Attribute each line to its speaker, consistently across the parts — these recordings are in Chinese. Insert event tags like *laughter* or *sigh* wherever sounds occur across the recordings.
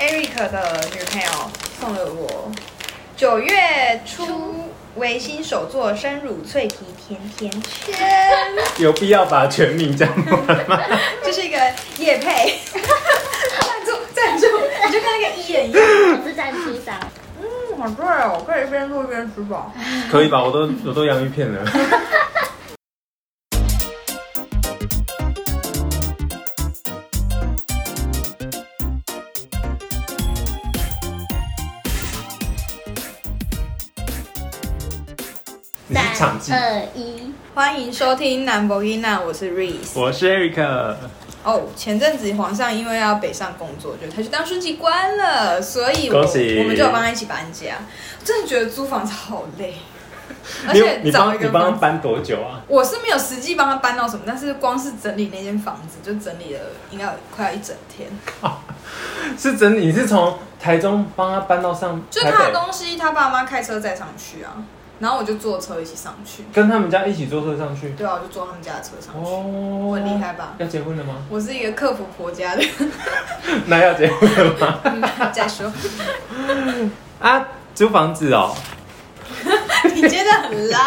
Speaker 1: Eric 的女朋友送了我九月初维新手作生乳脆皮甜甜圈， *laughs*
Speaker 2: 有必要把全名讲完吗？
Speaker 1: 这是一个夜配，赞助赞助，你就跟那个艺人一样，
Speaker 3: 我是赞助商。
Speaker 1: 嗯，好对哦，可以一边录一边吃饱。
Speaker 2: 可以吧？我都我都洋芋片了。你是场记，
Speaker 3: 二一，
Speaker 1: *laughs* 欢迎收听南博伊娜，我是 Reese。
Speaker 2: 我是 Eric。
Speaker 1: 哦，前阵子皇上因为要北上工作，就他去当书记官了，所以我
Speaker 2: 恭喜
Speaker 1: 我们就有帮他一起搬家。我真的觉得租房子好累，而
Speaker 2: 你
Speaker 1: 且
Speaker 2: 你
Speaker 1: 找一
Speaker 2: 帮你
Speaker 1: 个
Speaker 2: 帮
Speaker 1: 房
Speaker 2: 他
Speaker 1: 子，
Speaker 2: 搬多久啊？
Speaker 1: 我是没有实际帮他搬到什么，但是光是整理那间房子就整理了，应该有快要一整天。
Speaker 2: 是真的，你是从台中帮他搬到上
Speaker 1: 就
Speaker 2: 台
Speaker 1: 他的
Speaker 2: 北，
Speaker 1: 东西，他爸妈开车载上去啊，然后我就坐车一起上去。
Speaker 2: 跟他们家一起坐车上去。
Speaker 1: 对啊，我就坐他们家的车上去。
Speaker 2: 哦，
Speaker 1: 我很厉害吧？
Speaker 2: 要结婚了吗？
Speaker 1: 我是一个克服婆家的， *laughs*
Speaker 2: 那要结婚了吗？
Speaker 1: 嗯再说。
Speaker 2: 啊，租房子哦。
Speaker 1: 你真的很烂。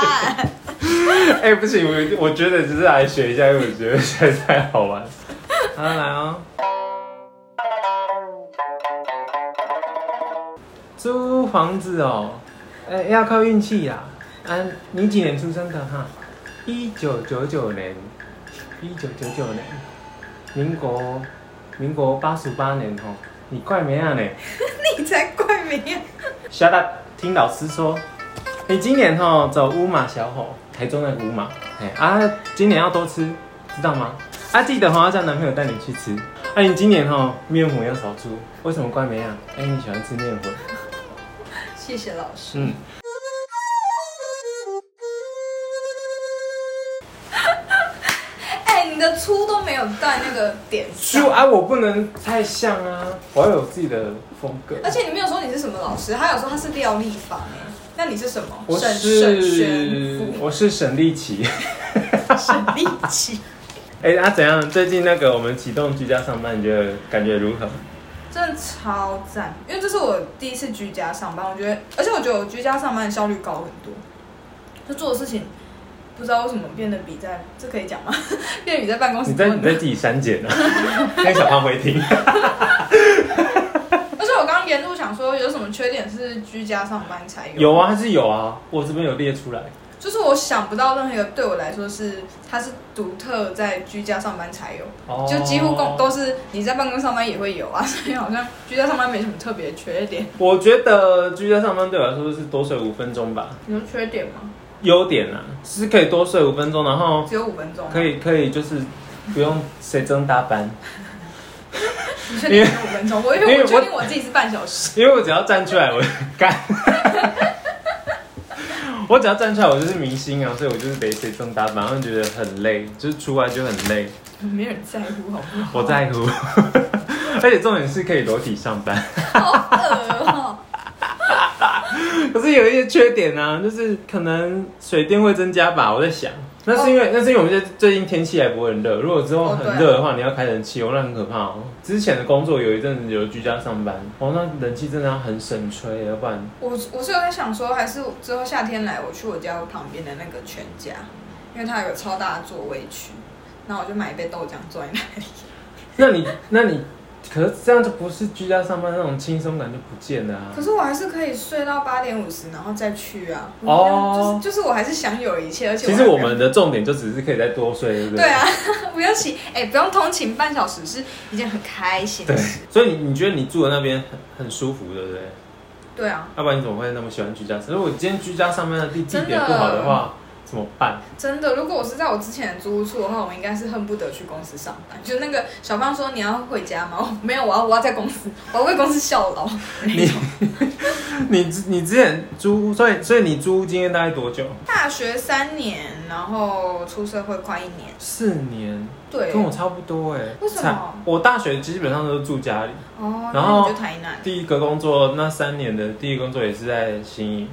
Speaker 2: 哎、不行，我我觉得只是来学一下，因为我觉得实在太好玩。好，来哦。租房子哦，哎、要靠运气呀。啊，你几年出生的哈？一九九九年，一九九九年，民国民国八十八年哦。你怪没啊呢？
Speaker 1: 你才怪名啊！
Speaker 2: 小大听老师说，你今年吼走乌马小吼，台中那个乌马，哎啊，今年要多吃，知道吗？啊，记得吼要叫男朋友带你去吃。啊，你今年吼面粉要少煮，为什么怪梅啊？哎、你喜欢吃面粉？
Speaker 1: 谢谢老师。
Speaker 2: 嗯，
Speaker 1: 哎、你的粗都没有到那个点
Speaker 2: 就
Speaker 1: 上，
Speaker 2: 啊，我不能太像啊，我要有自己的风格。
Speaker 1: 而且你没有说你是什么老师，他有说他是料理坊哎、那你是什么？
Speaker 2: 我
Speaker 1: 沈沈轩
Speaker 2: 是
Speaker 1: 傅，
Speaker 2: 我是沈立奇。
Speaker 1: 沈立奇，
Speaker 2: 哎、啊怎样？最近那个我们启动居家上班，你觉得感觉如何？
Speaker 1: 真的超赞！因为这是我第一次居家上班，我觉得，而且我觉得我居家上班的效率高很多，就做的事情不知道为什么变得比在这可以讲吗？ *laughs* 变得比在办公室
Speaker 2: 你在
Speaker 1: 多
Speaker 2: 你在自己删减啊， *laughs* 那小胖会听。
Speaker 1: 而且我刚刚沿路想说，有什么缺点是居家上班才有？
Speaker 2: 有啊，还是有啊，我这边有列出来。
Speaker 1: 就是我想不到任何一个对我来说是它是独特在居家上班才有，
Speaker 2: 哦
Speaker 1: 就几乎共都是你在办公上班也会有啊，所以好像居家上班没什么特别的缺点。
Speaker 2: 我觉得居家上班对我来说是多睡五分钟吧，
Speaker 1: 你说缺点吗？
Speaker 2: 优点啊是可以多睡五分钟，然后
Speaker 1: 只有五分钟吗，
Speaker 2: 可以可以就是不用谁争搭班，
Speaker 1: 你确定只有五分钟？我因
Speaker 2: 因
Speaker 1: 为我
Speaker 2: 为我
Speaker 1: 确定我自己是半小时。
Speaker 2: 因为我只要站出来我干， *laughs* 我只要站出来我就是明星啊，所以我就是得谁争搭班，然后觉得很累，就是出来就很累，
Speaker 1: 没人在乎，好不好？
Speaker 2: 我在乎， *laughs* 而且重点是可以裸体上班。
Speaker 1: 好恶哦、
Speaker 2: *laughs* 可是有一些缺点呢、啊，就是可能水电会增加吧。我在想，那是因
Speaker 1: 哦
Speaker 2: 为、那是因为我们最最近天气还不会很热，如果之后
Speaker 1: 哦对啊
Speaker 2: 很热的话，你要开冷气哦，那很可怕哦。之前的工作有一阵子有居家上班，哦，那冷气真的要很省吹，要不然
Speaker 1: 我我是有在想说，还是之后夏天来，我去我家旁边的那个全家，因为它有个超大的座位区，然后我就买一杯豆浆坐在那里。
Speaker 2: 那你那你，可是这样就不是居家上班那种轻松感就不见了啊
Speaker 1: 可。是我还是可以睡到八点五十，然后再去啊。
Speaker 2: 哦
Speaker 1: 就是就是我还是享有一切，而且
Speaker 2: 其实我
Speaker 1: 还
Speaker 2: 们的重点就只是可以再多睡，对不对？
Speaker 1: 对啊， *laughs* 不用起，哎、不用通勤半小时是一件很开心的
Speaker 2: 对
Speaker 1: 事。，
Speaker 2: 所以你你觉得你住的那边很很舒服，对不对？
Speaker 1: 对啊，
Speaker 2: 要不然你怎么会那么喜欢居家？如果今天居家上班的地地
Speaker 1: 真的
Speaker 2: 点不好的话，怎么
Speaker 1: *laughs*
Speaker 2: 办？
Speaker 1: 真的，如果我是在我之前的租屋处的话，我应该是恨不得去公司上班。就那个小胖说你要回家吗？我没有，啊我要我要在公司，我要为公司效劳。
Speaker 2: 你你之你之前租，所以所以你租今天大概多久？
Speaker 1: 大学三年，然后出社会快一年，
Speaker 2: 四年，
Speaker 1: 对，
Speaker 2: 跟我差不多哎。
Speaker 1: 为什么
Speaker 2: 才我大学基本上都是住家里，
Speaker 1: 哦，
Speaker 2: 然
Speaker 1: 然
Speaker 2: 后
Speaker 1: 后就台南，
Speaker 2: 第一个工作那三年的第一个工作也是在新营，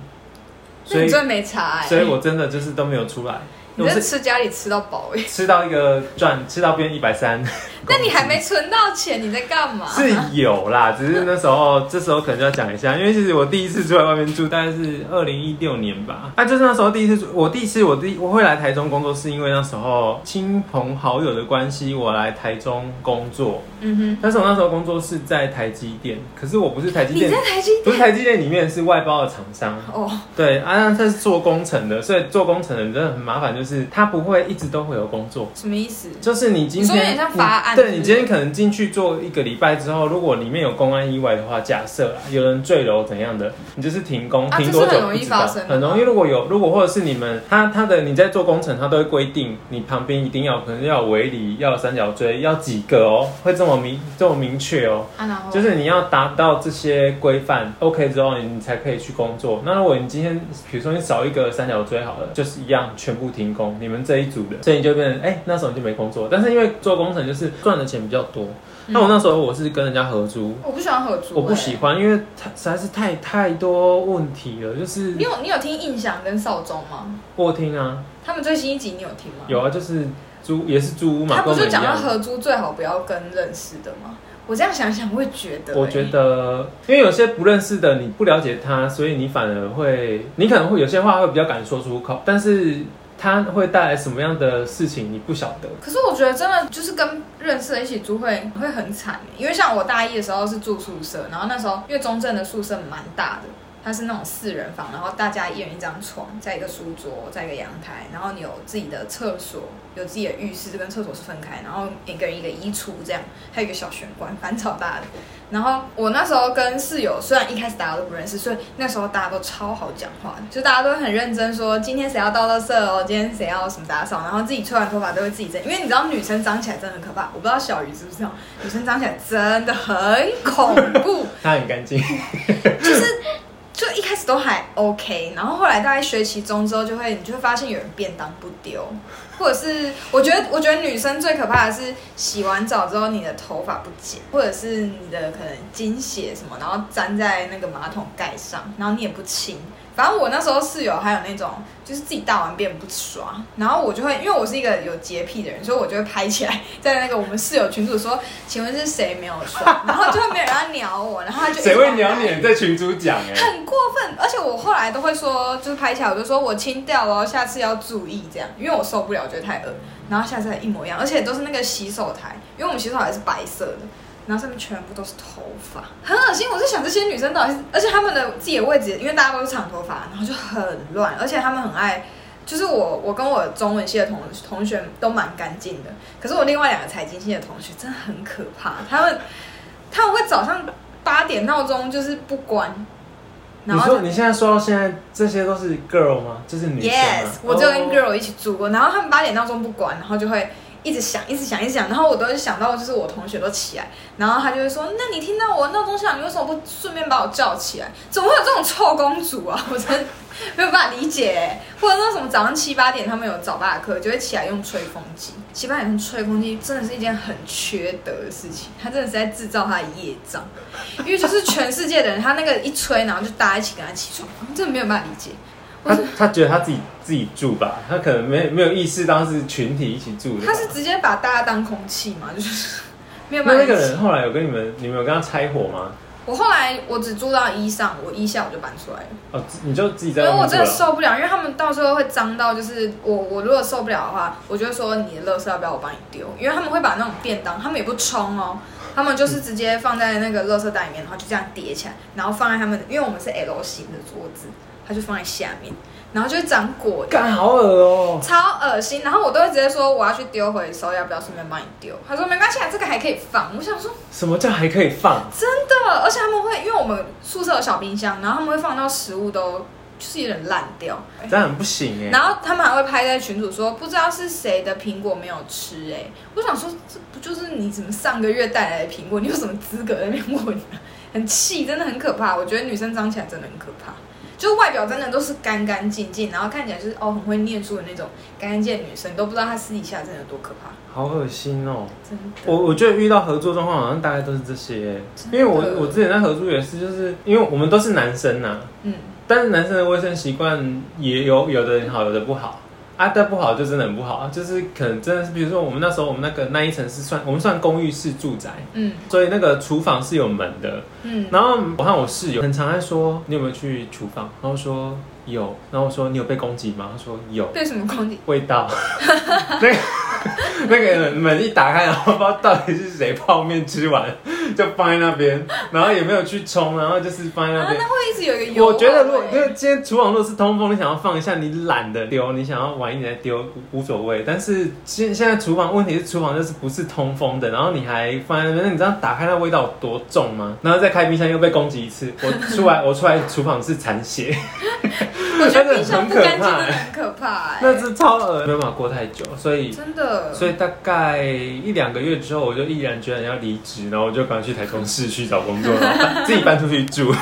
Speaker 1: 那
Speaker 2: 所
Speaker 1: 你
Speaker 2: 以
Speaker 1: 真的没差哎、
Speaker 2: 所以我真的就是都没有出来。
Speaker 1: 你
Speaker 2: 我
Speaker 1: 在
Speaker 2: 是
Speaker 1: 吃家里吃到饱哎、
Speaker 2: 吃到一个赚，吃到变一百三，
Speaker 1: 那你还没存到钱，你在干嘛？
Speaker 2: 是有啦，只是那时候这时候可能就要讲一下，因为其实我第一次出来外面住，大概是二零一六年吧。啊，就是那时候第一次出，我第一次我第我会来台中工作，是因为那时候亲朋好友的关系，我来台中工作。
Speaker 1: 嗯
Speaker 2: 但是我那时候工作是在台积电，可是我不是台
Speaker 1: 哼，
Speaker 2: 积
Speaker 1: 你
Speaker 2: 电
Speaker 1: 在，台积
Speaker 2: 不
Speaker 1: 电
Speaker 2: 是台积电里面是外包的厂商。
Speaker 1: 哦，
Speaker 2: 对啊，他是做工程的，所以做工程的人真的很麻烦，就是他不会一直都会有工作。
Speaker 1: 什么意思？
Speaker 2: 就是你今天，
Speaker 1: 你说有点像法案
Speaker 2: 你
Speaker 1: 是不
Speaker 2: 对
Speaker 1: 是
Speaker 2: 你今天可能进去做一个礼拜之后，如果里面有公安意外的话，假设啊有人坠楼怎样的，你就是停工，
Speaker 1: 啊
Speaker 2: 停
Speaker 1: 这
Speaker 2: 多
Speaker 1: 是很
Speaker 2: 久
Speaker 1: 容易
Speaker 2: 不知道
Speaker 1: 发生的
Speaker 2: 很容易。如果有，如果或者是你们他他的你在做工程，他都会规定你旁边一定要可能要有围篱，要有三角锥，要几个哦，会这么明这么明确哦。
Speaker 1: 啊，然后
Speaker 2: 就是你要达到这些规范 OK 之后，你才可以去工作。那如果你今天，比如说你少一个三角锥好了，就是一样全部停工，你们这一组的，所以你就变成哎、那时候你就没工作。但是因为做工程就是赚的钱比较多，
Speaker 1: 嗯
Speaker 2: 那我那时候我是跟人家合租，
Speaker 1: 我不喜欢合租、
Speaker 2: 我不
Speaker 1: 哎
Speaker 2: 喜。欢，因为它实在是太太多问题了，就是
Speaker 1: 你有你有听印象跟少中吗？
Speaker 2: 我听啊，
Speaker 1: 他们最新一集你有听吗？
Speaker 2: 有啊，就是租也是租屋嘛，
Speaker 1: 他不
Speaker 2: 跟我
Speaker 1: 是
Speaker 2: 们一
Speaker 1: 讲到
Speaker 2: 样。
Speaker 1: 合租最好不要跟认识的吗？我这样想想，我也觉得、欸
Speaker 2: 我觉，得，因为有些不认识的，你不了解他，所以你反而会，你可能会有些话会比较敢说出口，但是他会带来什么样的事情，你不晓得。
Speaker 1: 可是我觉得真的就是跟认识的一起租会会很惨，欸因为像我大一的时候是住宿舍，然后那时候因为中正的宿舍蛮大的。它是那种四人房，然后大家一人一张床，在一个书桌，在一个阳台，然后你有自己的厕所，有自己的浴室，这跟厕所是分开，然后每个人一个衣橱这样，还有一个小玄关，反超大的。然后我那时候跟室友，虽然一开始大家都不认识，所以那时候大家都超好讲话，就大家都很认真说今天谁要倒垃圾哦，今天谁要什么打扫，然后自己吹完头发都会自己整，因为你知道女生脏起来真的很可怕，我不知道小鱼知不知道，女生脏起来真的很恐怖，
Speaker 2: 他很
Speaker 1: *laughs*
Speaker 2: 干净，
Speaker 1: 就是就一开始都还 OK，然后后来大概学期中之后，就会你就会发现有人便当不丢，或者是我觉得我觉得女生最可怕的是洗完澡之后你的头发不剪，或者是你的可能精血什么，然后粘在那个马桶盖上，然后你也不清。反正我那时候室友还有那种，就是自己大完便不刷，然后我就会，因为我是一个有洁癖的人，所以我就会拍起来，在那个我们室友群组说，请问是谁没有刷，然后就会没有人要鸟我，然后他就一直
Speaker 2: 谁会
Speaker 1: 在
Speaker 2: 鸟
Speaker 1: 那
Speaker 2: 你？在群主讲哎，
Speaker 1: 很过分，而且我后来都会说，就是拍起来我就说我清掉了，下次要注意这样，因为我受不了，我觉得太恶。然后下次还一模一样，而且都是那个洗手台，因为我们洗手台是白色的，然后上面全部都是头发，很恶心。我在想这些女生到底是，而且她们的自己的位置，因为大家都是长头发，然后就很乱，而且她们很爱。就是我，我跟我中文系的同同学都蛮干净的，可是我另外两个财经系的同学真的很可怕，他们他们会早上八点闹钟就是不关，*laughs*
Speaker 2: 你
Speaker 1: 然后
Speaker 2: 说你现在说到现在，这些都是 girl 吗？这是女生吗
Speaker 1: Yes，我就跟
Speaker 2: 哦
Speaker 1: girl 一起住过，然后他们八点闹钟不管，然后就会一直响，一直响，一直响，然后我都会想到，就是我同学都起来，然后他就会说：“那你听到我闹钟响，你为什么不顺便把我叫起来？怎么会有这种臭公主啊？我真的没有办法理解、 *laughs* 或者那什么早上七八点他们有早八的课，就会起来用吹风机，七八点用吹风机真的是一件很缺德的事情，他真的是在制造他的业障，因为就是全世界的人，他那个一吹，然后就大家一起跟他起床，我真的没有办法理解。我
Speaker 2: 他
Speaker 1: 是
Speaker 2: 他觉得他自己自己住吧，他可能没没有意识到是群体一起住的
Speaker 1: 他
Speaker 2: 吧。
Speaker 1: 是直接把大家当空气嘛，就是 *laughs* 没有
Speaker 2: 那
Speaker 1: 办法
Speaker 2: 那
Speaker 1: 一起。
Speaker 2: 个人后来有跟你们，你们有跟他拆伙吗？
Speaker 1: 我后来我只住到一上，我一下我就搬出来了，
Speaker 2: 哦，自你就自己
Speaker 1: 因
Speaker 2: 在
Speaker 1: 为
Speaker 2: 外
Speaker 1: 我
Speaker 2: 面住
Speaker 1: 真的
Speaker 2: 了。
Speaker 1: 受不了，因为他们到时候会脏到，就是我我如果受不了的话，我就会说你的垃圾要不要我帮你丢，因为他们会把那种便当，他们也不冲哦。他们就是直接放在那个垃圾袋里面，然后就这样叠起来，然后放在他们，因为我们是 L 型的桌子，它就放在下面，然后就会长果蝇。
Speaker 2: 干好恶哦、
Speaker 1: 超恶心。然后我都会直接说我要去丢回收，要不要顺便帮你丢？他说没关系，啊，这个还可以放。我想说
Speaker 2: 什么叫还可以放？
Speaker 1: 真的，而且他们会因为我们宿舍有小冰箱，然后他们会放到食物都就是有点烂掉。
Speaker 2: 这样很不行哎、
Speaker 1: 然后他们还会拍在群主说，不知道是谁的苹果没有吃哎、我想说，这不就是你怎么上个月带来的苹果？你有什么资格在那边问啊？很气，真的很可怕。我觉得女生长起来真的很可怕，就是外表真的都是干干净净，然后看起来就是哦很会念书的那种干干净净的女生，你都不知道她私底下真的有多可怕，
Speaker 2: 好恶心哦、
Speaker 1: 真的。
Speaker 2: 我我觉得遇到合作状况好像大概都是这些欸、
Speaker 1: 真的
Speaker 2: 因为我我之前在合作也是，就是因为我们都是男生呐、
Speaker 1: 嗯，
Speaker 2: 但是男生的卫生习惯也有有的人好，有的不好。啊，但不好就真的很不好，就是可能真的是，比如说我们那时候我们那个那一层是算我们算公寓式住宅，
Speaker 1: 嗯
Speaker 2: 所以那个厨房是有门的。
Speaker 1: 嗯，
Speaker 2: 然后我和我室友很常在说，你有没有去厨房？然后说有，然后我说你有被攻击吗？他说有，
Speaker 1: 被什么攻击？
Speaker 2: 味道。 *laughs* 那个 *laughs* 那个门一打开，然后不知道到底是谁泡面吃完就放在那边，然后也没有去冲，然后就是放在那
Speaker 1: 啊，
Speaker 2: 边。
Speaker 1: 那会一直有一个油。啊
Speaker 2: 我觉得如果因为今天厨房如果是通风，你想要放一下，你懒得丢，你想要晚一点再丢无无所谓。但是现现在厨房问题是厨房就是不是通风的，然后你还放在那边，你知道打开那味道有多重吗？然后再开冰箱又被攻击一次，我出来我出来厨房是残血，
Speaker 1: *laughs* 我 *laughs* 觉得冰箱不干净
Speaker 2: *laughs* 真的
Speaker 1: 真
Speaker 2: 很可怕欸
Speaker 1: 的很可怕、哎
Speaker 2: 那是超恶，没有办法过太久，所以。
Speaker 1: 真的。
Speaker 2: 所以大概一两个月之后，我就毅然决然要离职，然后我就赶快去台中市区找工作，然后搬自己搬出去住。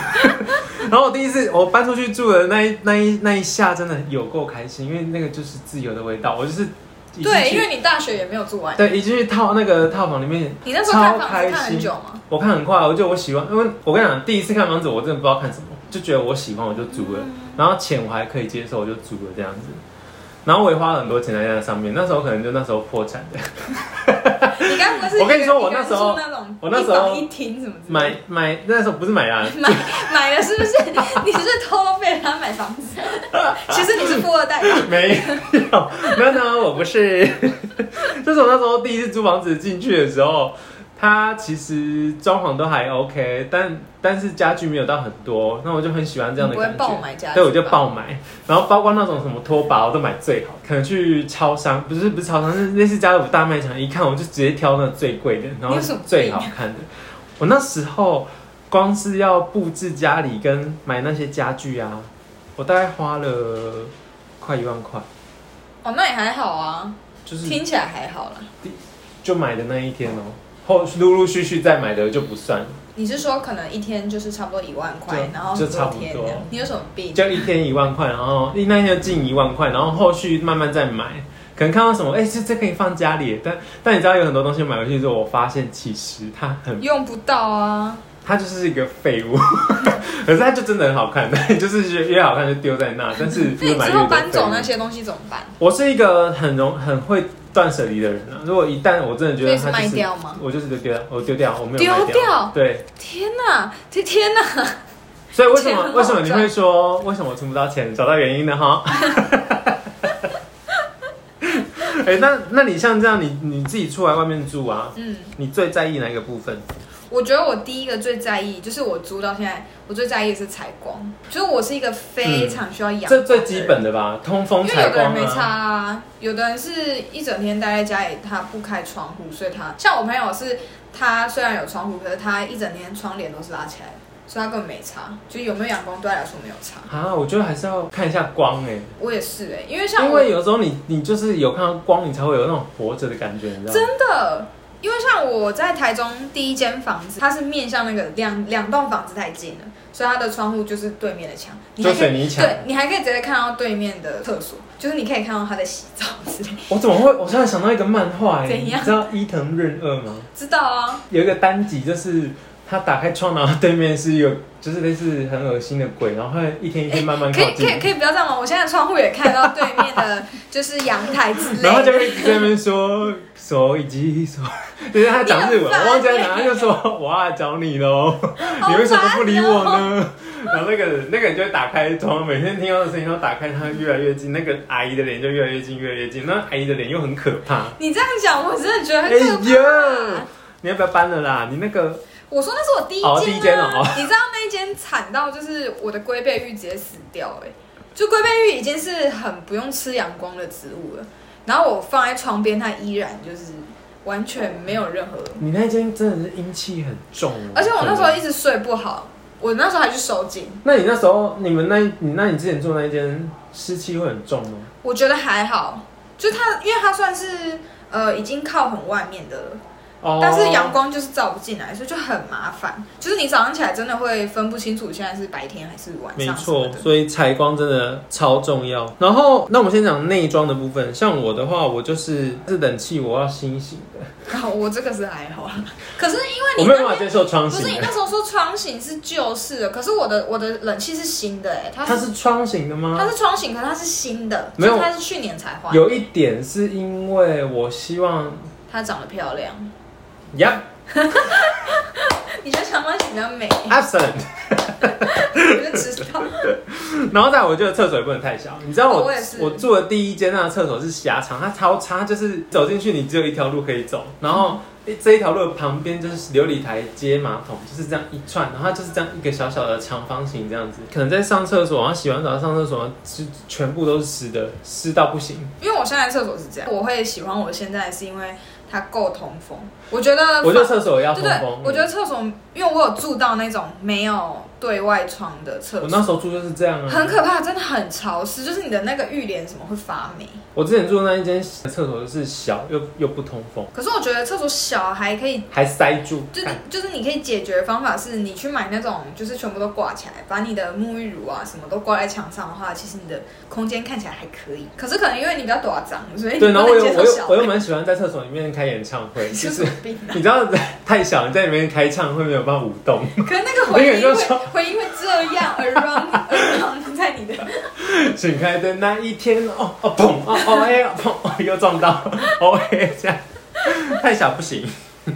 Speaker 2: *laughs* 然后我第一次我搬出去住的那一那一那一下，真的有够开心，因为那个就是自由的味道。我就是一进
Speaker 1: 对，
Speaker 2: 去
Speaker 1: 因为你大学也没有做完，
Speaker 2: 对一进去套那个套房里面，
Speaker 1: 你那时候看
Speaker 2: 超
Speaker 1: 房
Speaker 2: 开
Speaker 1: 子
Speaker 2: 心
Speaker 1: 看很久吗？
Speaker 2: 我看很快，我就我喜欢，因为我跟你讲，第一次看房子我真的不知道看什么，就觉得我喜欢我就租了，然后钱我还可以接受，我就租了这样子。然后我也花了很多钱在那上面，那时候可能就那时候破产的。
Speaker 1: 你该不会是一个
Speaker 2: 我跟你说我
Speaker 1: 一个人
Speaker 2: 那时候
Speaker 1: 住那种
Speaker 2: 我那时候
Speaker 1: 一房一厅什么之类的
Speaker 2: 买买那时候不是买啊啦，
Speaker 1: 买买了是不是？你是偷被他买房子？其实你是富二代，
Speaker 2: 没有，那呢我不是，就是我那时候第一次租房子进去的时候，它其实装潢都还 OK，但但是家具没有到很多，那我就很喜欢这样的
Speaker 1: 你不会
Speaker 2: 感觉
Speaker 1: 爆。买家具吧
Speaker 2: 对，我就。爆买，然后包括那种什么拖把，我都买最好。可能去超商，不是不是超商，是类似家乐福大卖场，一看我就直接挑那最贵的，然后
Speaker 1: 你有什么
Speaker 2: 最好看的。我那时候光是要布置家里跟买那些家具啊，我大概花了快一万块，
Speaker 1: 哦，那也还好啊，
Speaker 2: 就是
Speaker 1: 听起来还好啦。
Speaker 2: 就买的那一天哦。后陆陆续续再买的就不算，
Speaker 1: 你是说可能一天就是差不多一万块
Speaker 2: 对，
Speaker 1: 然后
Speaker 2: 就
Speaker 1: 很
Speaker 2: 差不
Speaker 1: 天
Speaker 2: 多
Speaker 1: 这样你有什么病？
Speaker 2: 就一天一万块，然后那天就进一万块，然后后续慢慢再买。可能看到什么，哎、这这可以放家里，但但你知道有很多东西买回去之后，我发现其实它很，
Speaker 1: 用不到啊，
Speaker 2: 它就是一个废物， *laughs* 可是它就真的很好看， *laughs* 但就是越越好看就丢在那，但是
Speaker 1: 那
Speaker 2: 越
Speaker 1: 你
Speaker 2: 买
Speaker 1: 之
Speaker 2: 越多
Speaker 1: 后
Speaker 2: 废
Speaker 1: 搬走
Speaker 2: 物
Speaker 1: 那些东西怎么办？
Speaker 2: 我是一个很容很会断舍离的人啊，如果一旦我真的觉
Speaker 1: 所以
Speaker 2: 得
Speaker 1: 是
Speaker 2: 它
Speaker 1: 卖
Speaker 2: 就是，
Speaker 1: 掉吗？
Speaker 2: 我就是丢掉，我丢掉，我没有卖
Speaker 1: 丢掉
Speaker 2: 对，
Speaker 1: 天哪，这天哪！
Speaker 2: 所以为什
Speaker 1: 钱
Speaker 2: 么
Speaker 1: 很好
Speaker 2: 为什么你
Speaker 1: 赚
Speaker 2: 会说为什么我存不到钱？找到原因了
Speaker 1: *laughs*
Speaker 2: 哈。哎、那那你像这样，你你自己出来外面住啊，
Speaker 1: 嗯，
Speaker 2: 你最在意哪一个部分？
Speaker 1: 我觉得我第一个最在意就是我租到现在，我最在意的是采光，就是我是一个非常需要养、
Speaker 2: 这最基。本的吧，通风
Speaker 1: 因为
Speaker 2: 采
Speaker 1: 有的人
Speaker 2: 光
Speaker 1: 没差
Speaker 2: 啊。
Speaker 1: 啊，有的人是一整天待在家里，他不开窗户，所以他像我朋友是，他虽然有窗户，可是他一整天窗帘都是拉起来的，所以他根本没差，就有没有阳光对他来说没有差。
Speaker 2: 啊，我觉得还是要看一下光哎、
Speaker 1: 我也是哎、因为像
Speaker 2: 因
Speaker 1: 我
Speaker 2: 为有时候你你就是有看到光，你才会有那种活着的感觉，你知道吗？
Speaker 1: 真的，因为像我在台中第一间房子，它是面向那个两两栋房子太近了，所以它的窗户就是对面的墙，你还
Speaker 2: 就
Speaker 1: 可以
Speaker 2: 水泥墙。
Speaker 1: 对你还可以直接看到对面的厕所，就是你可以看到他在洗澡之 *laughs* 类的，
Speaker 2: 我怎么会？我突然想到一个漫画哎、
Speaker 1: 怎
Speaker 2: 你
Speaker 1: 样
Speaker 2: 知道伊藤润二吗？
Speaker 1: 知道啊？
Speaker 2: 有一个单集，就是他打开窗，然后对面是有，就是类似很恶心的鬼，然后会一天一天慢慢
Speaker 1: 可
Speaker 2: 靠
Speaker 1: 以可
Speaker 2: 近，
Speaker 1: 以可以不要这样吗？我现在窗户也看到对面的，就是阳台之类的。
Speaker 2: *laughs* 然后就会一直在那边说手以及手，就是他讲日文，
Speaker 1: 你很烦
Speaker 2: 我忘记他讲，他就说我要来找
Speaker 1: *laughs*
Speaker 2: 你喽，
Speaker 1: 好
Speaker 2: 你为什么不理我
Speaker 1: 烦哦？
Speaker 2: 呢？然后那个人那个人就会打开窗，每天听到的声音都打开，他越来越近，那个阿姨的脸就越来越近，越来越近，那阿姨的脸又很可怕。
Speaker 1: 你这样讲，我真的觉得很
Speaker 2: 哎
Speaker 1: 可怕。
Speaker 2: 呀，你要不要搬了啦？你那个
Speaker 1: 我说那是我第一间、啊
Speaker 2: 哦第一间哦哦
Speaker 1: 你知道那一间惨到就是我的龟背玉直接死掉哎、就龟背玉已经是很不用吃阳光的植物了，然后我放在窗边，它依然就是完全没有任何
Speaker 2: 你那间真的是阴气很重哦，
Speaker 1: 而且我那时候一直睡不好，我那时候还去收紧，
Speaker 2: 那你那时候，你们那，你那你之前住那一间湿气会很重吗？
Speaker 1: 我觉得还好，就它，因为它算是呃已经靠很外面的了，
Speaker 2: 哦
Speaker 1: 但是阳光就是照不进来，所以就很麻烦。就是你早上起来真的会分不清楚现在是白天还是晚
Speaker 2: 没
Speaker 1: 上什么
Speaker 2: 错，
Speaker 1: 的。
Speaker 2: 所以采光真的超重要。然后，那我们先讲内装的部分。像我的话，我就是是冷气，我要新型的，
Speaker 1: 然后我这个是还好，可是
Speaker 2: 我
Speaker 1: 因为你
Speaker 2: 没有
Speaker 1: 那
Speaker 2: 办法接受窗
Speaker 1: 不是
Speaker 2: 型
Speaker 1: 你
Speaker 2: 的。
Speaker 1: 那时候说窗型是旧式的，可是我的我的冷气是新的哎、它
Speaker 2: 它是窗型的吗？
Speaker 1: 它是窗型，可是它是新的，
Speaker 2: 没有
Speaker 1: 就是它是去年才换，
Speaker 2: 有一点是因为我希望
Speaker 1: 它长得漂
Speaker 2: *laughs*
Speaker 1: 亮。
Speaker 2: 呀
Speaker 1: 你的长方形比较美，
Speaker 2: absent，
Speaker 1: 我就知道。
Speaker 2: 然后再来我觉得厕所也不能太小。你知道
Speaker 1: 哦
Speaker 2: 我
Speaker 1: 我也是
Speaker 2: 我住的第一间那个厕所是狭长，它超长，它就是走进去你只有一条路可以走，
Speaker 1: 嗯
Speaker 2: 然后。这一条路的旁边就是琉璃台接马桶，就是这样一串，然后它就是这样一个小小的长方形这样子。可能在上厕所，然啊后洗完澡上厕所，是全部都是湿的，湿到不行。
Speaker 1: 因为我现在厕所是这样，我会喜欢我现在是因为它够通风。我觉得
Speaker 2: 我觉得厕所也要
Speaker 1: 对
Speaker 2: 通
Speaker 1: 对
Speaker 2: 风。，
Speaker 1: 我觉得厕所，因为我有住到那种没有对外窗的厕
Speaker 2: 我
Speaker 1: 所，
Speaker 2: 那时候住就是这样啊，
Speaker 1: 很可怕，真的很潮湿，就是你的那个浴帘什么会发霉。
Speaker 2: 我之前住的那一间厕所就是小又又不通风，
Speaker 1: 可是我觉得厕所小还可以。
Speaker 2: 还塞住。
Speaker 1: 就是
Speaker 2: 干
Speaker 1: 就是你可以解决的方法是，你去买那种就是全部都挂起来，把你的沐浴乳啊什么都挂在墙上的话，其实你的空间看起来还可以。可是可能因为你比较短脏，所以你
Speaker 2: 对，然后我
Speaker 1: 不
Speaker 2: 有
Speaker 1: 能接
Speaker 2: 我
Speaker 1: 受
Speaker 2: 又
Speaker 1: 小
Speaker 2: 我又蛮喜欢在厕所里面开演唱
Speaker 1: *laughs*
Speaker 2: 会，
Speaker 1: 是
Speaker 2: 就
Speaker 1: 什
Speaker 2: 是
Speaker 1: 么病啊？
Speaker 2: *laughs* 你知道太小，你在里面开唱会没有办法舞动， *laughs*
Speaker 1: 可是那个回音
Speaker 2: 我以为
Speaker 1: 会
Speaker 2: 你说
Speaker 1: 回音会这样 around around 在你的，
Speaker 2: 请开的那一天，哦哦砰哦哦哎呀砰哦又撞到， *laughs* 哦哎这样 *laughs* 太小不行。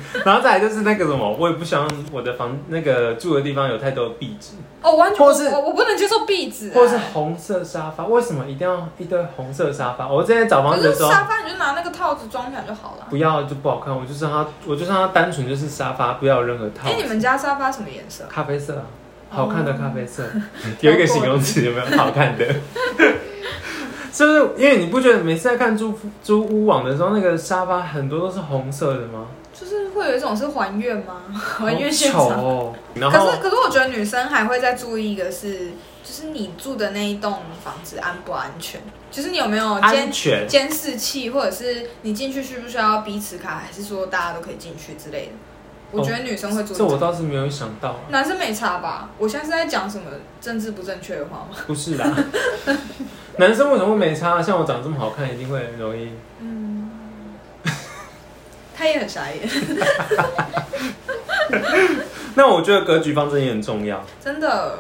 Speaker 2: *laughs* 然后再来就是那个什么，我也不希望我的房那个住的地方有太多的壁纸，
Speaker 1: *laughs* 哦，完全
Speaker 2: 或是
Speaker 1: 我我不能接受壁纸、啊，
Speaker 2: 或者是红色沙发。为什么一定要一堆红色沙发？我之前找房
Speaker 1: 可
Speaker 2: 子的
Speaker 1: 是
Speaker 2: 时候，
Speaker 1: 沙发你就拿那个套子装起来就好了。
Speaker 2: 不要就不好看，我就是让它，我就是让它单纯就是沙发，不要有任何套
Speaker 1: 哎、你
Speaker 2: 子。
Speaker 1: 们家沙发什么颜色？
Speaker 2: 咖啡色啊，好看的咖啡色， *laughs* 有一个形容词有没有？好看 *laughs* 的，是不是？因为你不觉得每次在看租租屋网的时候，那个沙发很多都是红色的吗？
Speaker 1: 就是会有一种是还愿吗？ *laughs* 还愿现
Speaker 2: 好丑
Speaker 1: 场。
Speaker 2: 哦。然
Speaker 1: 可
Speaker 2: 后
Speaker 1: 是可是我觉得女生还会再注意一个是，就是你住的那一栋房子安不安全，就是你有没有
Speaker 2: 安
Speaker 1: 监
Speaker 2: 全，
Speaker 1: 监视器，或者是你进去需不需要逼持卡，还是说大家都可以进去之类的。我觉得女生会注意
Speaker 2: 哦
Speaker 1: 这
Speaker 2: 这
Speaker 1: 个
Speaker 2: 我倒是没有想到啊，
Speaker 1: 男生没差吧？我现在是在讲什么政治不正确的话吗？
Speaker 2: 不是啦。 *laughs* 男生为什么会没差？像我长这么好看，一定会很容易。
Speaker 1: 嗯，他也很傻眼，
Speaker 2: 那我觉得格局方针也很重要。
Speaker 1: 真的。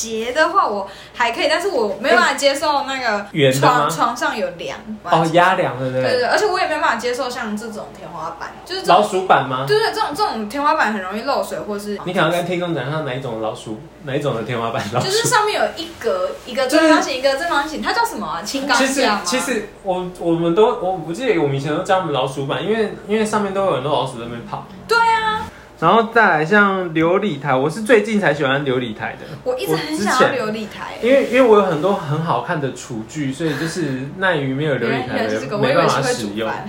Speaker 1: 鞋的话我还可以，但是我没办法接受那个
Speaker 2: 圆哎的吗
Speaker 1: 床床上有梁。
Speaker 2: 哦，压梁对不
Speaker 1: 对对
Speaker 2: 对
Speaker 1: 对，？而且我也没办法接受像这种天花板，就是这
Speaker 2: 老
Speaker 1: 种，
Speaker 2: 鼠板吗？
Speaker 1: 对对，这种这种天花板很容易漏水，或是
Speaker 2: 你可能跟听众讲一下哪一种老鼠，哪一种的天花板老鼠。
Speaker 1: 就是上面有一格一个正方形，一个正方形，它叫什么啊？青钢
Speaker 2: 其实
Speaker 1: 架吗？
Speaker 2: 其实我我们都我不记得我们以前都叫他们老鼠板，因为因为上面都有很多老鼠在那边跑。
Speaker 1: 对
Speaker 2: 啊。然后再来像琉璃台，我是最近才喜欢琉璃台的，
Speaker 1: 我一直很想要琉璃台，
Speaker 2: 因为因为我有很多很好看的厨具，所以就是奈于没有琉
Speaker 1: 原来
Speaker 2: 璃
Speaker 1: 原来
Speaker 2: 台
Speaker 1: 是这个，
Speaker 2: 的
Speaker 1: 我以
Speaker 2: 没
Speaker 1: 为
Speaker 2: 办
Speaker 1: 是
Speaker 2: 法
Speaker 1: 会
Speaker 2: 使
Speaker 1: 煮
Speaker 2: 用。
Speaker 1: 饭。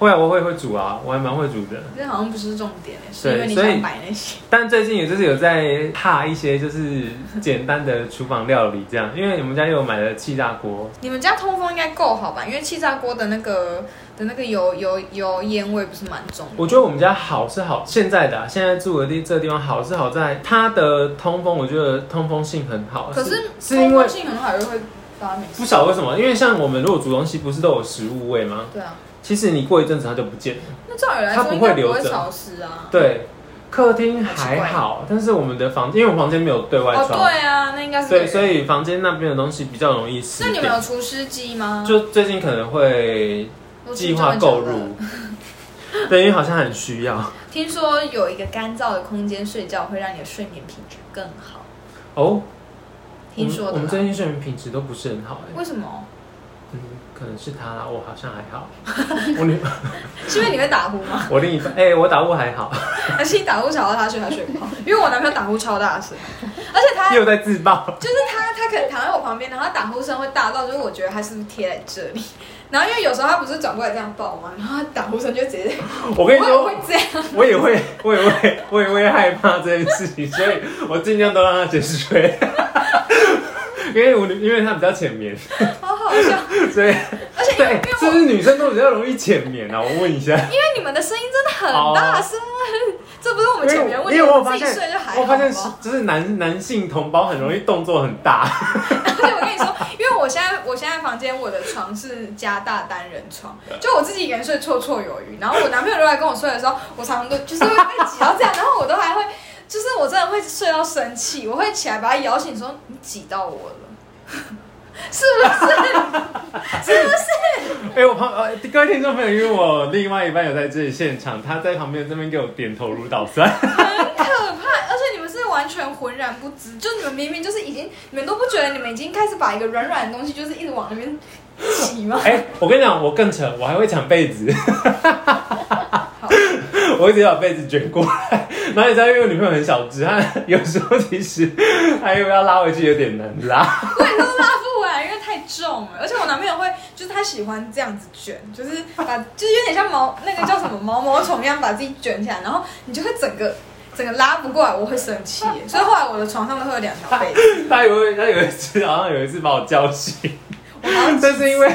Speaker 2: 会啊，我会会煮啊，我还蛮会煮的。
Speaker 1: 这好像不是重点欸，是
Speaker 2: 对
Speaker 1: 因为你
Speaker 2: 所以
Speaker 1: 想摆那些。
Speaker 2: 但最近也就是有在怕一些就是简单的厨房料理这样，因为我们家又买了气炸锅，
Speaker 1: 你们家通风应该够好吧？因为气炸锅的那个的那个油油油烟味不是蛮重的。
Speaker 2: 我觉得我们家好是好，现在的、啊、现在住的地这个地方好是好在它的通风，我觉得通风性很好。
Speaker 1: 可是
Speaker 2: 是因
Speaker 1: 通
Speaker 2: 为
Speaker 1: 风性很好，又会发霉。
Speaker 2: 不晓得为什么，因为像我们如果煮东西不是都有食物味吗？
Speaker 1: 对啊，
Speaker 2: 其实你过一阵子它就不见了。
Speaker 1: 那照理来
Speaker 2: 它
Speaker 1: 说
Speaker 2: 不
Speaker 1: 应
Speaker 2: 会
Speaker 1: 该不
Speaker 2: 留
Speaker 1: 会
Speaker 2: 着
Speaker 1: 潮湿啊。
Speaker 2: 对，客厅还好，但是我们的房，因为我们房间没有对外
Speaker 1: 哦，
Speaker 2: 窗，
Speaker 1: 对啊，那应该是
Speaker 2: 对，
Speaker 1: 对
Speaker 2: 所以房间那边的东西比较容易
Speaker 1: 那
Speaker 2: 湿
Speaker 1: 你们有
Speaker 2: 掉。
Speaker 1: 除湿机吗？
Speaker 2: 就最近可能会
Speaker 1: 我
Speaker 2: 计
Speaker 1: 听这
Speaker 2: 划
Speaker 1: 么
Speaker 2: 购
Speaker 1: 久了
Speaker 2: 入，对，因为好像很需要。
Speaker 1: 听说有一个干燥的空间睡觉会让你的睡眠品质更好，
Speaker 2: 哦，
Speaker 1: 听说
Speaker 2: 我们我
Speaker 1: 的
Speaker 2: 们
Speaker 1: 啦。
Speaker 2: 最近睡眠品质都不是很好、哎。
Speaker 1: 为什么？
Speaker 2: 嗯，可能是他啦，我好像还
Speaker 1: *laughs*
Speaker 2: 好。我另
Speaker 1: 是因为你会打呼吗？
Speaker 2: 我另一半，哎、我打呼还好，
Speaker 1: 还是你打呼吵到他睡，他睡不
Speaker 2: *laughs*
Speaker 1: 好？因为我男朋友打呼超大声，而且他
Speaker 2: 又在自爆。
Speaker 1: 就是他，他可能躺在我旁边，然后他打呼声会大到，就是我觉得他是不是贴在这里？然后因为有时候他不是转过来这样抱吗？然后他打呼声就直接，
Speaker 2: 我
Speaker 1: 我
Speaker 2: 跟你
Speaker 1: 也
Speaker 2: 说
Speaker 1: 会，这样。
Speaker 2: 我也会，我也会，我也会害怕这件事情，所以我尽量都让他先睡。 *laughs* 因为我因为他比较浅眠，
Speaker 1: 好好笑。
Speaker 2: 所以
Speaker 1: 而且因为因，
Speaker 2: 对
Speaker 1: 为
Speaker 2: 是
Speaker 1: 我
Speaker 2: 不是女生都比较容易浅眠啊？我问一下，
Speaker 1: 因为你们的声音真的很大
Speaker 2: 哦
Speaker 1: 声，这不是我们前面的问题，
Speaker 2: 因为我
Speaker 1: 们
Speaker 2: 发
Speaker 1: 自己
Speaker 2: 现
Speaker 1: 睡就还，好
Speaker 2: 我发
Speaker 1: *laughs*
Speaker 2: 现
Speaker 1: 好不好
Speaker 2: 是就是男男性同胞很容易动作很大，
Speaker 1: 而且我跟你说，因为我现在我现在房间我的床是加大单人床，就我自己一个人睡绰绰有余。然后我男朋友都来跟我睡的时候，我常常都就是会被挤到这样，然后我都还会，就是我真的会睡到生气，我会起来把他摇醒，说你挤到我了， *laughs* 是不是？是不是？
Speaker 2: 哎、我旁呃各位听众朋友，因为我另外一半有在这里现场，他在旁边这边给我点头如捣蒜，
Speaker 1: 很可怕，而且你们是完全浑然不知，就你们明明就是已经，你们都不觉得你们已经开始把一个软软的东西，就是一直往那边挤
Speaker 2: *laughs*
Speaker 1: 吗？
Speaker 2: 哎、我跟你讲，我更扯，我还会抢被子
Speaker 1: 好。
Speaker 2: 我一直把被子卷过来，然后你知道，因为我女朋友很小只，她有时候其实还有要拉回去有点难
Speaker 1: *laughs*
Speaker 2: 拉。
Speaker 1: 我也都拉不回来，因为太重了。而且我男朋友会，就是他喜欢这样子卷，就是把，就是有点像毛那个叫什么毛毛虫一样，把自己卷起来，然后你就会整个整个拉不过来，我会生气耶。所以后来我的床上都会有两条被子，
Speaker 2: 她以为她有一次好像有一次把我叫醒，
Speaker 1: 我好像
Speaker 2: 但是因为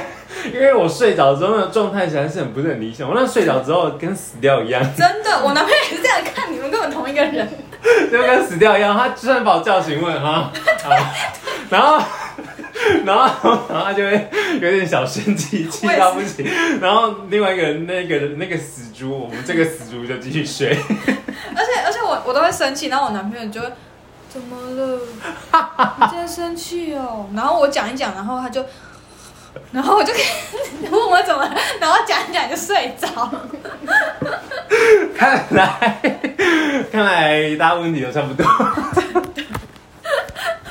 Speaker 2: 因为我睡着之后的状态实在是很不是很理想，我那睡着之后跟死掉一样，
Speaker 1: 真的，我男朋友也是这样看，你们根本同一个人。
Speaker 2: 就跟死掉一样。他就算把我叫醒问哈，啊然后。 *laughs* 然后，然后他就会有点小生气，气到不行。然后另外一个人，那个人那个死猪，我们这个死猪就继续睡。 *laughs*
Speaker 1: 而且而且我我都会生气，然后我男朋友就会怎么了？你今天生气哦？然后我讲一讲，然后他就， *laughs* 然后我就问我怎么了，然后讲一讲就睡着。
Speaker 2: 看来，看来大家问题都差不多。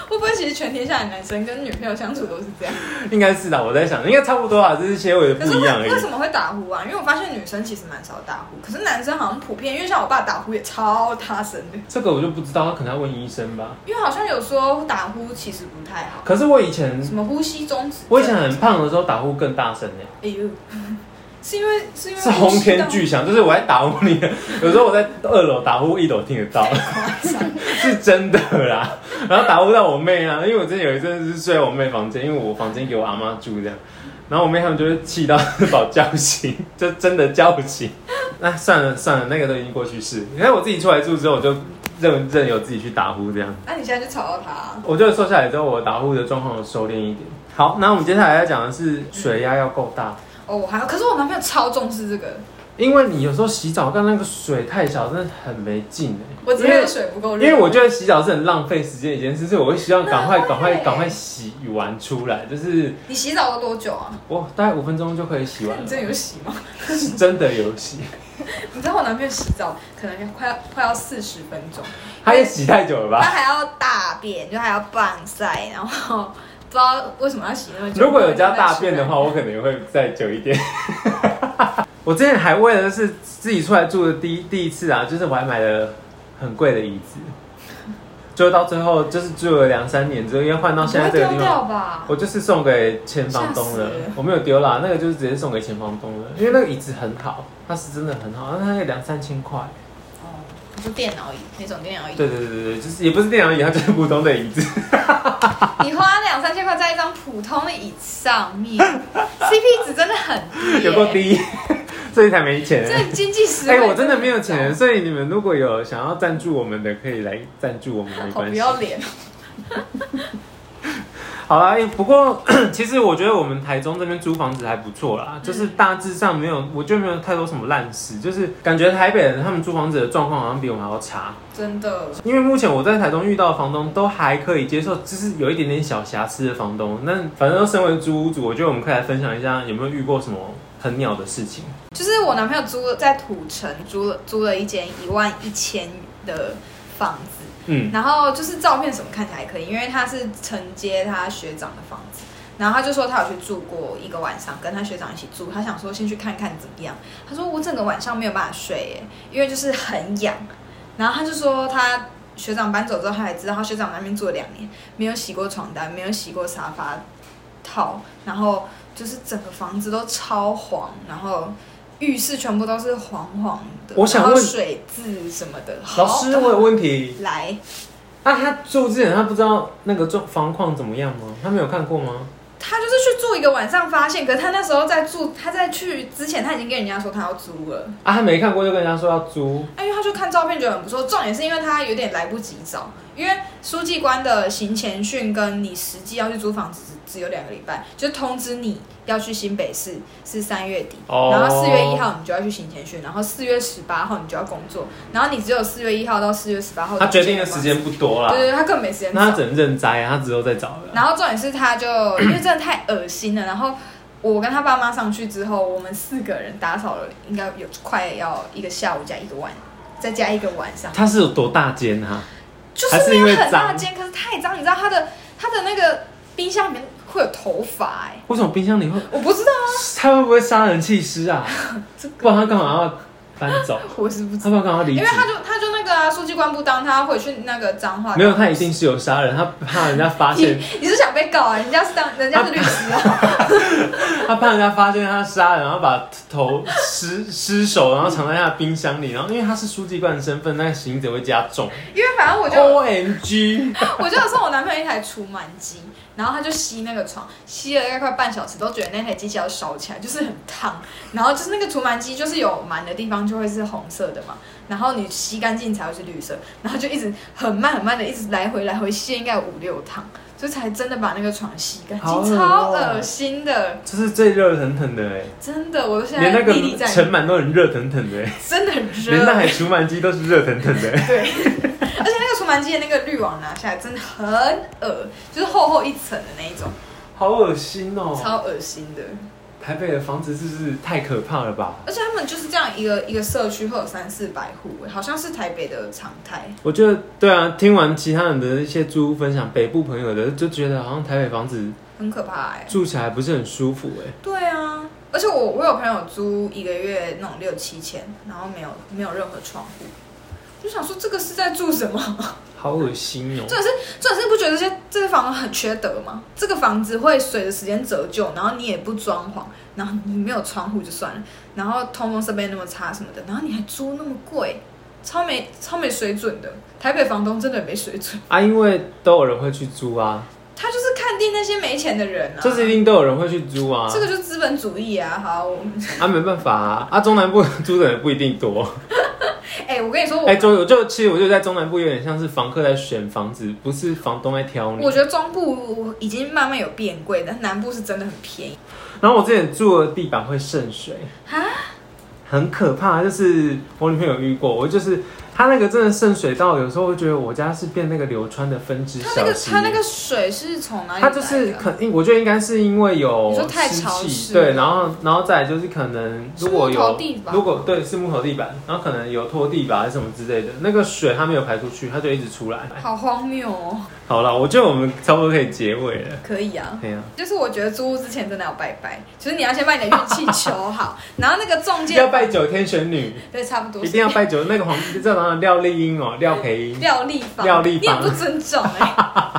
Speaker 1: 会不会其实全天下的男生跟女朋友相处都是这样？
Speaker 2: 应该是的，我在想，应该差不多啊，只是结尾的
Speaker 1: 可是
Speaker 2: 不一样而
Speaker 1: 为
Speaker 2: 已
Speaker 1: 为。什么会打呼啊？因为我发现女生其实蛮少打呼，可是男生好像普遍，因为像我爸打呼也超大声的，
Speaker 2: 这个我就不知道，他可能要问医生吧。
Speaker 1: 因为好像有说打呼其实不太好，
Speaker 2: 可是我以前，
Speaker 1: 什么呼吸中止症，
Speaker 2: 我以前很胖的时候打呼更大声欸呢、
Speaker 1: 哎呦， *laughs* 是因为是因为
Speaker 2: 是轰天巨
Speaker 1: *laughs*
Speaker 2: 响，就是我在打呼你，有时候我在二楼打呼，一楼听得到，
Speaker 1: 呼吸道夸张
Speaker 2: 是真的啦。然后打呼到我妹啊，因为我之前有一阵子是睡我妹房间，因为我房间给我阿妈住这样，然后我妹他们就会气到 *laughs* 把我叫醒，就真的叫醒。那算了算了，那个都已经过去式。因为我自己出来住之后，我就任任由自己去打呼这样。
Speaker 1: 那你现在就吵到他啊、
Speaker 2: 我觉得瘦下来之后，我打呼的状况有收敛一点。好，那我们接下来要讲的是水压要够大。
Speaker 1: 哦，我还好，可是我男朋友超重视这个，
Speaker 2: 因为你有时候洗澡干那个水太小，真的很没劲哎。
Speaker 1: 我只
Speaker 2: 因为
Speaker 1: 是水不够
Speaker 2: 因
Speaker 1: 热，
Speaker 2: 为我觉得洗澡是很浪费时间的一件事，所以我会希望赶快、
Speaker 1: 对
Speaker 2: 赶快、赶快洗完出来。就是
Speaker 1: 你洗澡都多久啊？
Speaker 2: 我大概五分钟就可以洗完
Speaker 1: 你
Speaker 2: 了，
Speaker 1: 真的有洗吗？ *laughs*
Speaker 2: 是 *laughs* 真的有洗。
Speaker 1: 你知道我男朋友洗澡可能快要快要四十分钟。
Speaker 2: 他也洗太久了
Speaker 1: 他 *laughs*
Speaker 2: 吧？
Speaker 1: 还要大便，就还要棒晒，然后不知道为什么要洗那么久。
Speaker 2: 如果有加大便的话，我可能会再久一点。 *laughs* 我之前还为了是自己出来住的第一第一次啊，就是我还买了很贵的椅子，就到最后就是住了两三年之后，要换到
Speaker 1: 你不
Speaker 2: 现在
Speaker 1: 会
Speaker 2: 这个地
Speaker 1: 丢
Speaker 2: 方
Speaker 1: 掉。吧？
Speaker 2: 我就是送给前房东
Speaker 1: 吓
Speaker 2: 了
Speaker 1: 死人，
Speaker 2: 我没有丢啦，那个就是直接送给前房东了，因为那个椅子很好，它是真的很好，那个两三千块，
Speaker 1: 哦，你说电脑椅那种电脑椅，
Speaker 2: 对对对对对，就是也不是电脑椅，它就是普通的椅子，
Speaker 1: *laughs* 你花两三千块在一张普通的椅子上
Speaker 2: *laughs*
Speaker 1: 面，CP 值真的很低、耶
Speaker 2: 有够，低， *laughs* 所以才没钱。
Speaker 1: 这经济实惠。
Speaker 2: 哎、我真的没有钱，，所以你们如果有想要赞助我们的，可以来赞助我们，没
Speaker 1: *laughs* 好
Speaker 2: 关
Speaker 1: 哦不
Speaker 2: 系。
Speaker 1: 要脸。
Speaker 2: 好啦，哎不过 *coughs* 其实我觉得我们台中这边租房子还不错啦，
Speaker 1: 嗯
Speaker 2: 就是大致上没有，我觉得没有太多什么烂事，就是感觉台北人他们租房子的状况好像比我们还要差。
Speaker 1: 真的，
Speaker 2: 因为目前我在台中遇到的房东都还可以接受，就是有一点点小瑕疵的房东。那反正都身为租屋主，我觉得我们可以来分享一下有没有遇过什么很鸟的事情。
Speaker 1: 就是我男朋友租了在土城租了租了一间一万一千的房子，
Speaker 2: 嗯，
Speaker 1: 然后就是照片什么看起来还可以，因为他是承接他学长的房子，然后他就说他有去住过一个晚上，跟他学长一起住，他想说先去看看怎么样。他说我整个晚上没有办法睡耶，因为就是很痒。然后他就说他学长搬走之后，他才知道他学长那边住了两年，没有洗过床单，没有洗过沙发套，然后就是整个房子都超黄，然后。浴室全部都是黄黄的，
Speaker 2: 我想
Speaker 1: 然后
Speaker 2: 问
Speaker 1: 水渍什么的。
Speaker 2: 老
Speaker 1: 好
Speaker 2: 师，我有问题。
Speaker 1: 来，
Speaker 2: 那、他住之前他不知道那个状房况怎么样吗？他没有看过吗？
Speaker 1: 他就是去住一个晚上，发现，可是他那时候在住，他在去之前，他已经跟人家说他要租了，
Speaker 2: 啊，他没看过就跟人家说要租，
Speaker 1: 哎，因为他就看照片觉得很不错。重点是因为他有点来不及找，因为书记官的行前训跟你实际要去租房子只只有两个礼拜，就通知你要去新北市是三月底，
Speaker 2: 哦
Speaker 1: 然后四月一号你就要去行前训，然后四月十八号你就要工作，然后你只有四月一号到四月十八号。
Speaker 2: 他决定的时，间不多
Speaker 1: 对
Speaker 2: 啦，
Speaker 1: 对，对他根本没时间找。
Speaker 2: 那他只能认栽啊，他之后再找了。
Speaker 1: 然后重点是，
Speaker 2: *clears throat*
Speaker 1: 他就因为真的太恶心了。然后我跟他爸妈上去之后，我们四个人打扫了，应该有快要一个下午加一个晚，再加一个晚上，
Speaker 2: 他是有多大间啊？
Speaker 1: 就
Speaker 2: 还是
Speaker 1: 没
Speaker 2: 因为
Speaker 1: 有很大
Speaker 2: 脏
Speaker 1: 间，可是太脏。你知道他的他的那个冰箱里面会有头发哎、
Speaker 2: 为什么冰箱里会？
Speaker 1: 我不知道，
Speaker 2: 他会不会杀人弃尸
Speaker 1: *laughs*
Speaker 2: 啊？不然他干嘛要搬走？
Speaker 1: 我是不知
Speaker 2: 他不然干嘛离
Speaker 1: 因
Speaker 2: 职
Speaker 1: 为？他就他就那个啊，书记官不当，他回去那个脏话。
Speaker 2: 没有，他一定是有杀人，他怕人家
Speaker 1: *laughs*
Speaker 2: 发现，
Speaker 1: 你你是想被告啊？人家是当人家是律师
Speaker 2: *laughs*
Speaker 1: 啊。
Speaker 2: 他怕人家发现他杀人，然后把头尸尸首，然后藏在他的冰箱里，然后因为他是书记官的身份，那个刑责会加重。
Speaker 1: 因为反正我就
Speaker 2: O M G，
Speaker 1: *laughs* 我就有送我男朋友一台除螨机，然后他就吸那个床，吸了大概快半小时，都觉得那台机器要烧起来，就是很烫。然后就是那个除螨机，就是有螨的地方就会是红色的嘛，然后你吸干净才会是绿色，然后就一直很慢很慢的一直来回来回吸，应该有五六趟，就才真的把那个床吸干净，
Speaker 2: 好恶哦
Speaker 1: 超恶心的，
Speaker 2: 这是最热腾腾的哎，
Speaker 1: 真的，我都现在
Speaker 2: 连那
Speaker 1: 历历
Speaker 2: 个
Speaker 1: 在
Speaker 2: 尘
Speaker 1: 目，
Speaker 2: 螨都很热腾腾的哎，
Speaker 1: 真的很
Speaker 2: 连
Speaker 1: 啊
Speaker 2: 那
Speaker 1: 热。
Speaker 2: 台除螨机都是热腾腾
Speaker 1: *laughs*
Speaker 2: 的哎。
Speaker 1: 对，而且那个除螨机的那个滤网拿下来真的很恶，就是厚厚一层的那一种。
Speaker 2: 好恶心哦！
Speaker 1: 超恶心的。
Speaker 2: 台北的房子是不是太可怕了吧？
Speaker 1: 而且他们就是这样一个一个社区会有三四百户，好像是台北的常态。
Speaker 2: 我觉得对啊，听完其他人的一些租屋分享，北部朋友的就觉得好像台北房子
Speaker 1: 很可怕哎、
Speaker 2: 住起来不是很舒服哎、
Speaker 1: 对啊，而且我我有朋友租一个月那种六七千，然后没有没有任何窗户，我就想说这个是在住什么？ *laughs*
Speaker 2: 好恶心哦！
Speaker 1: 这这你是不觉得这些这个房子很缺德吗？这个房子会随着时间折旧，然后你也不装潢，然后你没有窗户就算了，然后通风设备那么差什么的，然后你还租那么贵，超没超没水准的。台北房东真的没水准。
Speaker 2: 啊，因为都有人会去租啊，
Speaker 1: 他就是看定那些没钱的人啊，
Speaker 2: 就是一定都有人会去租啊，
Speaker 1: 这个就是资本主义啊！好，我们
Speaker 2: 啊没办法啊，啊中南部 *laughs* 租的人不一定
Speaker 1: 哦
Speaker 2: 多，
Speaker 1: 哎、我跟你说，我、
Speaker 2: 哎、中我就其实我就在中南部有点像是房客在选房子，不是房东在挑你
Speaker 1: 我。觉得中部已经慢慢有变贵，但南部是真的很便宜
Speaker 2: 然后我之前住的地板会渗水，
Speaker 1: 啊！
Speaker 2: 很可怕，就是我女朋友遇过，我就是她那个真的渗水到，有时候我觉得我家是变那个流川的分支
Speaker 1: 它那
Speaker 2: 小
Speaker 1: 个
Speaker 2: 溪。
Speaker 1: 它那个水是从哪里
Speaker 2: 它
Speaker 1: 来的？
Speaker 2: 就是肯定，我觉得应该是因为有
Speaker 1: 你说太
Speaker 2: 湿
Speaker 1: 潮
Speaker 2: 气，
Speaker 1: 湿
Speaker 2: 对，然后然后再来就是可能如果
Speaker 1: 是木头
Speaker 2: 有
Speaker 1: 地板
Speaker 2: 如果对是木头地板，然后可能有拖地吧还是什么之类的，那个水它没有排出去，它就一直出来。
Speaker 1: 好荒谬哦！
Speaker 2: 好了，我觉得我们差不多可以结尾了。
Speaker 1: 可以啊。
Speaker 2: 对呀、
Speaker 1: 就是我觉得租屋之前真的要拜拜，就是你要先把你的运气求
Speaker 2: *laughs*
Speaker 1: 好，然后那个中
Speaker 2: 要
Speaker 1: 介
Speaker 2: 拜九天玄女，
Speaker 1: 对差不多
Speaker 2: 一定要拜九那个黄，叫什么廖丽英哦，廖培英。
Speaker 1: 廖立方，
Speaker 2: 廖立方
Speaker 1: 你很不尊重哎、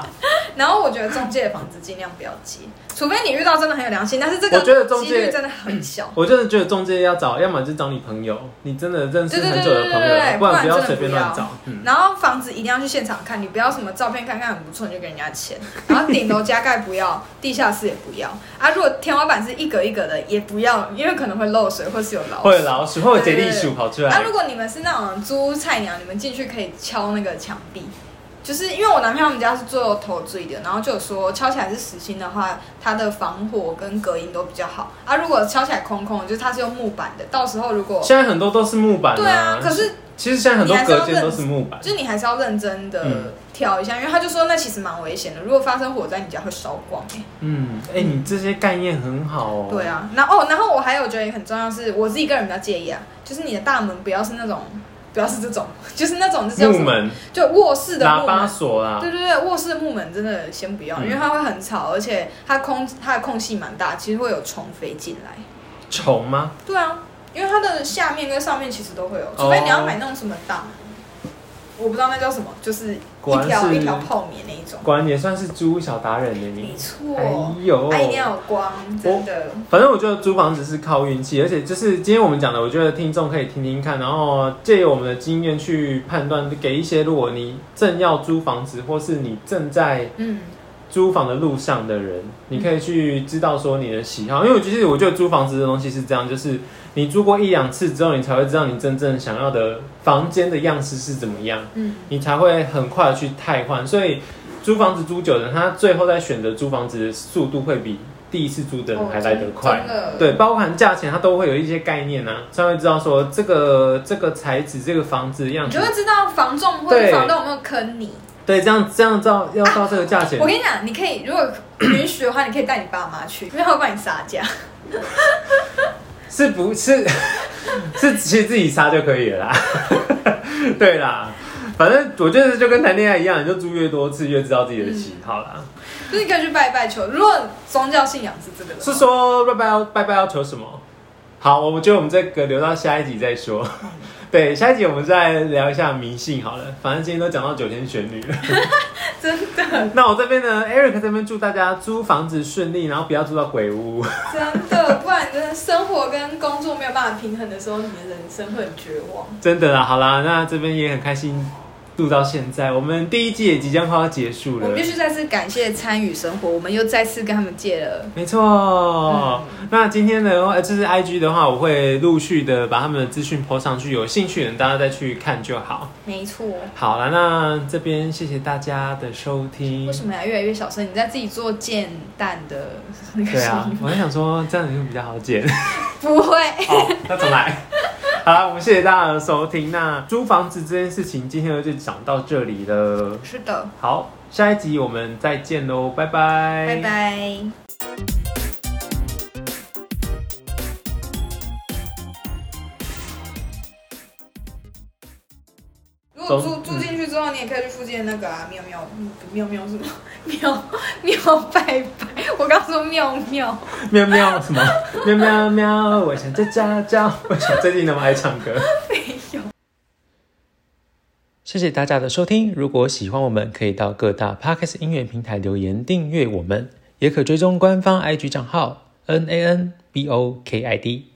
Speaker 2: *laughs*
Speaker 1: 然后我觉得中介的房子尽量不要接，除非你遇到真的很有良心，但是这个
Speaker 2: 我觉得中介
Speaker 1: 几率真的很小。
Speaker 2: 我真的觉得中介要找，要么就找你朋友，你真的认识很久的朋
Speaker 1: 对对对对对
Speaker 2: 友，
Speaker 1: 对
Speaker 2: 不然
Speaker 1: 不然
Speaker 2: 不要
Speaker 1: 真的
Speaker 2: 随便
Speaker 1: 不要
Speaker 2: 乱找。嗯，
Speaker 1: 然后房子一定要去现场看，你不要什么照片看看很不错你就给人家钱， *laughs* 然后顶楼加盖不要，地下室也不要啊。如果天花板是一格一格的也不要，因为可能会漏水或是有老鼠。
Speaker 2: 会有老鼠，会有杰利鼠跑出
Speaker 1: 啊，
Speaker 2: 来
Speaker 1: 如。果你们是那种租菜鸟，你们进去可以敲那个墙壁，就是因为我男朋友他们家是做投醉的，然后就有说敲起来是实心的话，它的防火跟隔音都比较好啊。如果敲起来空空的，就是它是用木板的，到时候如果
Speaker 2: 现在很多都是木板
Speaker 1: 对啊，可是
Speaker 2: 其实现在很多隔间都是木板，
Speaker 1: 就是你还是要认真
Speaker 2: 嗯
Speaker 1: 的挑一下，因为他就说那其实蛮危险的，如果发生火灾，你家会烧光、欸。
Speaker 2: 嗯，哎、你这些概念很好哦。
Speaker 1: 对，啊，然后哦，然后我还有觉得也很重要是，我自己个人比较介意啊，就是你的大门不要是那种，不要是这种， *laughs* 就是那种这叫
Speaker 2: 木
Speaker 1: 什么？
Speaker 2: 门、
Speaker 1: 就卧室的
Speaker 2: 喇
Speaker 1: 木
Speaker 2: 叭
Speaker 1: 门。
Speaker 2: 锁啊啦
Speaker 1: 对，对对，卧室的木门真的先不要，
Speaker 2: 嗯
Speaker 1: 因为它会很吵，而且它空它的空隙蛮大，其实会有虫飞进来。
Speaker 2: 虫吗？
Speaker 1: 对啊，因为它的下面跟上面其实都会有，
Speaker 2: 哦
Speaker 1: 除非你要买那种什么大门，我不知道那叫什么，就是
Speaker 2: 果
Speaker 1: 一
Speaker 2: 然
Speaker 1: 条
Speaker 2: 是
Speaker 1: 一条泡棉那一种。
Speaker 2: 果然也算是租小达人的
Speaker 1: 没
Speaker 2: 你。
Speaker 1: 错，
Speaker 2: 哎呦哦
Speaker 1: 它一定要有光，真的。
Speaker 2: 反正我觉得租房子是靠运气，而且就是今天我们讲的，我觉得听众可以听听看，然后借由我们的经验去判断，给一些如果你正要租房子，或是你正在
Speaker 1: 嗯，
Speaker 2: 租房的路上的人，你可以去知道说你的喜好，因为我其实我觉得租房子的东西是这样，就是你租过一两次之后，你才会知道你真正想要的房间的样式是怎么样，
Speaker 1: 嗯，
Speaker 2: 你才会很快的去汰换。所以租房子租久的人，他最后在选择租房子的速度会比第一次租的人还来得快。
Speaker 1: 哦真的，
Speaker 2: 对，包含价钱，它都会有一些概念啊，才会知道说这个这个材质、这个房子的样
Speaker 1: 你
Speaker 2: 子
Speaker 1: 就，会知道房仲或者
Speaker 2: 对
Speaker 1: 房东有没有坑你。
Speaker 2: 对，这样这样照要到这个价钱
Speaker 1: 我，跟你讲，你可以如果允许的话，你可以带你爸妈去，因为他会帮你杀价。 *laughs*
Speaker 2: 是不是 *laughs* 是其实自己杀就可以了啦， *laughs* 对啦，反正我觉得就跟谈恋爱一样，你就租越多次越知道自己的
Speaker 1: 嗯
Speaker 2: 喜好啦。
Speaker 1: 就是你可以去拜拜求，如果宗教信仰是这个的话，
Speaker 2: 是说拜拜要拜拜要求什么？好，我觉得我们这个留到下一集再
Speaker 1: *laughs*
Speaker 2: 说。对，下一集我们再聊一下迷信好了，反正今天都讲到九天玄女 *laughs* 了。
Speaker 1: 真的
Speaker 2: 那我这边呢，Eric 这边祝大家租房子顺利，然后不要住到鬼屋。 *laughs*
Speaker 1: 真的，不然你真的生活跟工作没有办法平衡的时候，你的人生会很绝望。
Speaker 2: 真的啦，好啦，那这边也很开心录到现在，我们第一季也即将快要结束
Speaker 1: 我
Speaker 2: 了
Speaker 1: 们必。须再次感谢参与生活，我们又再次跟他们借了。
Speaker 2: 没错，那今天的话，呃这是 IG 的话，我会陆续的把他们的资讯 po 上去，有兴趣的人大家再去看就好。
Speaker 1: 没错，
Speaker 2: 好了，那这边谢谢大家的收听
Speaker 1: 为。什么要越来越小声？你在自己做煎蛋的那个
Speaker 2: 对啊
Speaker 1: 声音，
Speaker 2: 我还想说这样子就比较好
Speaker 1: *laughs*
Speaker 2: 剪。
Speaker 1: 不会。
Speaker 2: 哦，那重来。好啦，我们谢谢大家的收听。那租房子这件事情，今天就讲到这里了。
Speaker 1: 是的，
Speaker 2: 好，下一集我们再见喽，拜拜，
Speaker 1: 拜拜。如果住
Speaker 2: 懂
Speaker 1: 住进去之后，你也可以去附近的那个啊，喵喵，嗯喵喵 *laughs* 是什么？喵喵拜拜，我刚说喵喵，
Speaker 2: 喵喵什么？喵喵喵，我想在家家。为什么最近那么爱唱歌？
Speaker 1: 没有。
Speaker 2: 谢谢大家的收听。如果喜欢我们，可以到各大 Podcast 音乐平台留言订阅我们，也可追踪官方 IG 账号 N A N B O K I D。